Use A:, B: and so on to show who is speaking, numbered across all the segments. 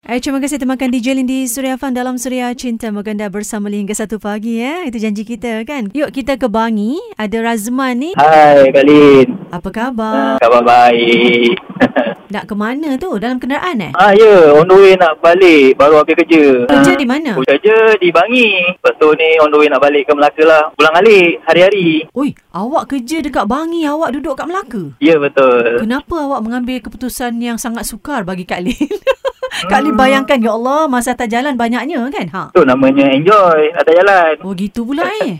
A: Eh, terima kasih temankan DJ Lin di Suria Fan dalam Suria Cinta Maganda bersama Lin hingga satu pagi ya. Itu janji kita kan. Yuk kita ke Bangi. Ada Razman ni.
B: Hai Kak Lin.
A: Apa khabar?
B: Ah, Khabar baik.
A: Nak ke mana tu? Dalam kenderaan eh?
B: ah ya, yeah, on the way nak balik baru habis kerja.
A: Kerja
B: Ah,
A: di mana?
B: Kerja di Bangi. Lepas tu ni on the way nak balik ke Melaka lah. Pulang alik hari-hari.
A: Oi, awak kerja dekat Bangi, awak duduk kat Melaka.
B: Ya yeah, betul.
A: Kenapa awak mengambil keputusan yang sangat sukar bagi Kak Lin? Kak Lin bayangkan, ya Allah, masa atas jalan banyaknya kan? Ha.
B: Tu namanya enjoy atas jalan.
A: Oh gitu pula eh.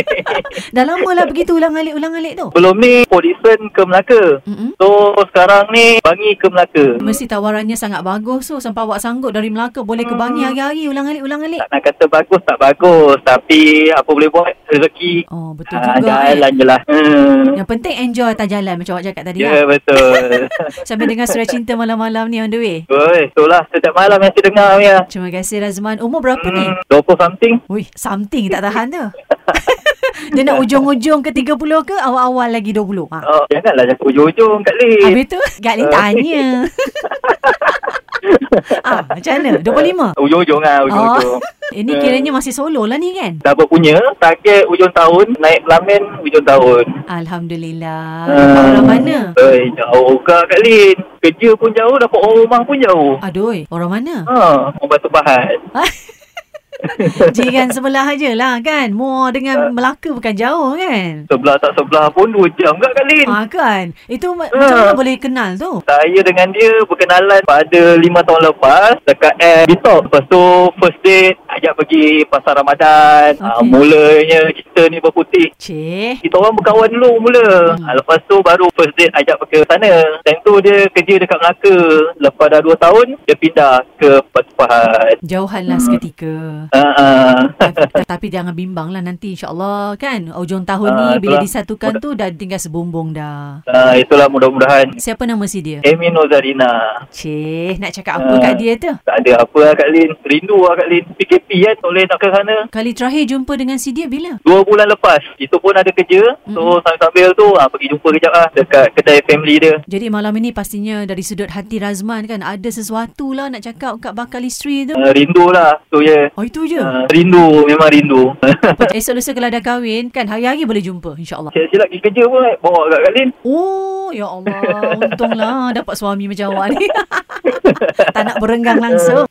A: Dah lama lah begitu ulang-alik-ulang-alik tu.
B: Belum ni Polisen ke Melaka.
A: Mm-mm.
B: So sekarang ni Bangi ke Melaka.
A: Hmm. Mesti tawarannya sangat bagus tu. Sampai awak sanggup dari Melaka boleh ke
B: Hmm.
A: Bangi hari-hari ulang-alik-ulang-alik.
B: Tak nak kata bagus tak bagus tapi apa boleh buat rezeki.
A: Oh betul
B: Ah,
A: juga eh.
B: jalan je lah. Hmm.
A: Yang penting enjoy atas jalan macam awak cakap tadi
B: Ya
A: lah.
B: betul.
A: Sambil dengar surat cinta malam-malam ni on the way.
B: Oi, itulah setiap malam mesti dengar ah. Mia.
A: Terima kasih Razman. Umur berapa ni?
B: Hmm, 20 something.
A: Wih, something tak tahan tu. Dia nak ujung-ujung ke 30 ke awal-awal lagi 20? Ha.
B: Oh, janganlah cakap ujung-ujung Kak Lin.
A: Habis tu, Kak Lin tanya. ah, macam mana? 25?
B: Ujung-ujung lah, ujung-ujung.
A: Ini Eh,
B: Hmm.
A: kiranya masih solo lah ni kan?
B: Dah berpunya, target ujung tahun, naik pelamin ujung tahun.
A: Alhamdulillah.
B: Hmm.
A: Uh, orang mana?
B: Eh, jauh ke Kak Lin. Kerja pun jauh, dapat orang rumah pun jauh.
A: Aduh, orang mana?
B: Ha, orang batu pahat.
A: Jiran sebelah aje lah kan? More dengan
B: Ah.
A: Melaka bukan jauh kan?
B: Sebelah tak sebelah pun dua jam ke Kak Lin.
A: Ah kan? Itu ma- macam
B: Ah.
A: mana boleh kenal tu?
B: Saya dengan dia berkenalan pada lima tahun lepas dekat Air Bitok. Lepas tu first date ajak pergi pasar Ramadan. Okay.
A: Okey.
B: mulanya kita ni berputih.
A: Cik.
B: Kita orang berkawan dulu mula. Hmm. Lepas tu baru first date ajak pergi ke sana. Time tu dia kerja dekat Melaka. Lepas dah 2 tahun, dia pindah ke Batu Pahat.
A: Jauhanlah
B: Hmm.
A: seketika.
B: Uh, uh.
A: tapi, tapi jangan bimbang lah nanti insyaAllah kan Hujung tahun
B: Ah,
A: ni bila
B: itulah.
A: disatukan tu dah tinggal sebumbung dah
B: uh, itulah mudah-mudahan.
A: Siapa nama si dia?
B: Amy Nozarina.
A: Cih, nak cakap apa
B: Eh. Ah.
A: kat dia tu?
B: Tak ada apa lah Kak Lin. Rindu lah Kak Lin. PKP kan boleh nak ke sana.
A: Kali terakhir jumpa dengan si dia bila?
B: Dua bulan lepas, itu pun ada kerja. So, sambil-sambil tu ah, pergi jumpa kejap lah dekat kedai family dia.
A: Jadi malam ini pastinya dari sudut hati Razman kan Ada sesuatu lah nak cakap kat bakal isteri tu
B: Uh, rindu lah. So, ya. Yeah.
A: Oh itu je
B: Uh, rindu. Memang rindu.
A: Esok lusa kalau dah kahwin kan hari-hari boleh jumpa insyaAllah
B: Silap-silap pergi kerja pun eh, bawa kat Kak Lin.
A: Oh ya Allah Untunglah dapat suami macam awak ni Tak nak berenggang langsung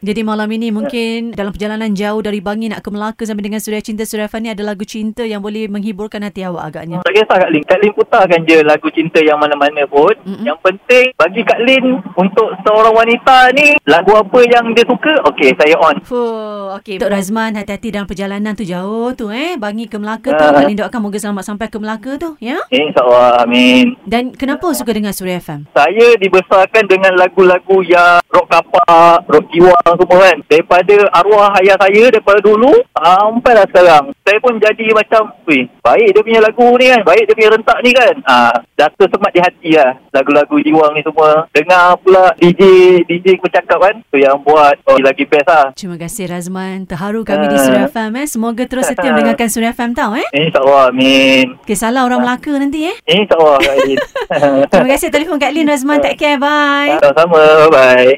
A: Jadi malam ini mungkin dalam perjalanan jauh dari Bangi nak ke Melaka sampai dengan Suria Cinta Suria Fani ada lagu cinta yang boleh menghiburkan hati awak agaknya.
B: Tak kisah Kak Lin. Kak Lin putarkan je lagu cinta yang mana-mana pun.
A: Mm-mm.
B: Mm-mm. Yang penting bagi Kak Lin untuk seorang wanita ni lagu apa yang dia suka, okey saya on.
A: Fuh, okey. Tok Razman hati-hati dalam perjalanan tu jauh tu eh. Bangi ke Melaka tu.
B: Ah.
A: Kak Lin doakan moga selamat sampai ke Melaka tu ya.
B: InsyaAllah. Amin.
A: Dan kenapa suka dengar Suria FM?
B: Saya dibesarkan dengan lagu-lagu yang rock kapak, rock jiwa semua kan. Daripada arwah ayah saya daripada dulu sampailah sekarang. Saya pun jadi macam, weh, baik dia punya lagu ni kan. Baik dia punya rentak ni kan. Ah, dah tersemat di hati lah. Lagu-lagu jiwa ni semua. Dengar pula DJ, DJ bercakap kan. Tu yang buat oh, lagi best lah.
A: Terima kasih Razman. Terharu kami di
B: Ah.
A: Suria FM eh. Semoga terus setia mendengarkan Suria FM tau eh.
B: InsyaAllah, amin.
A: Okay, salah orang Melaka nanti eh.
B: InsyaAllah, Kak Lin.
A: Terima kasih telefon Kak Lin Razman. Take care. Bye.
B: Sama-sama, bye-bye.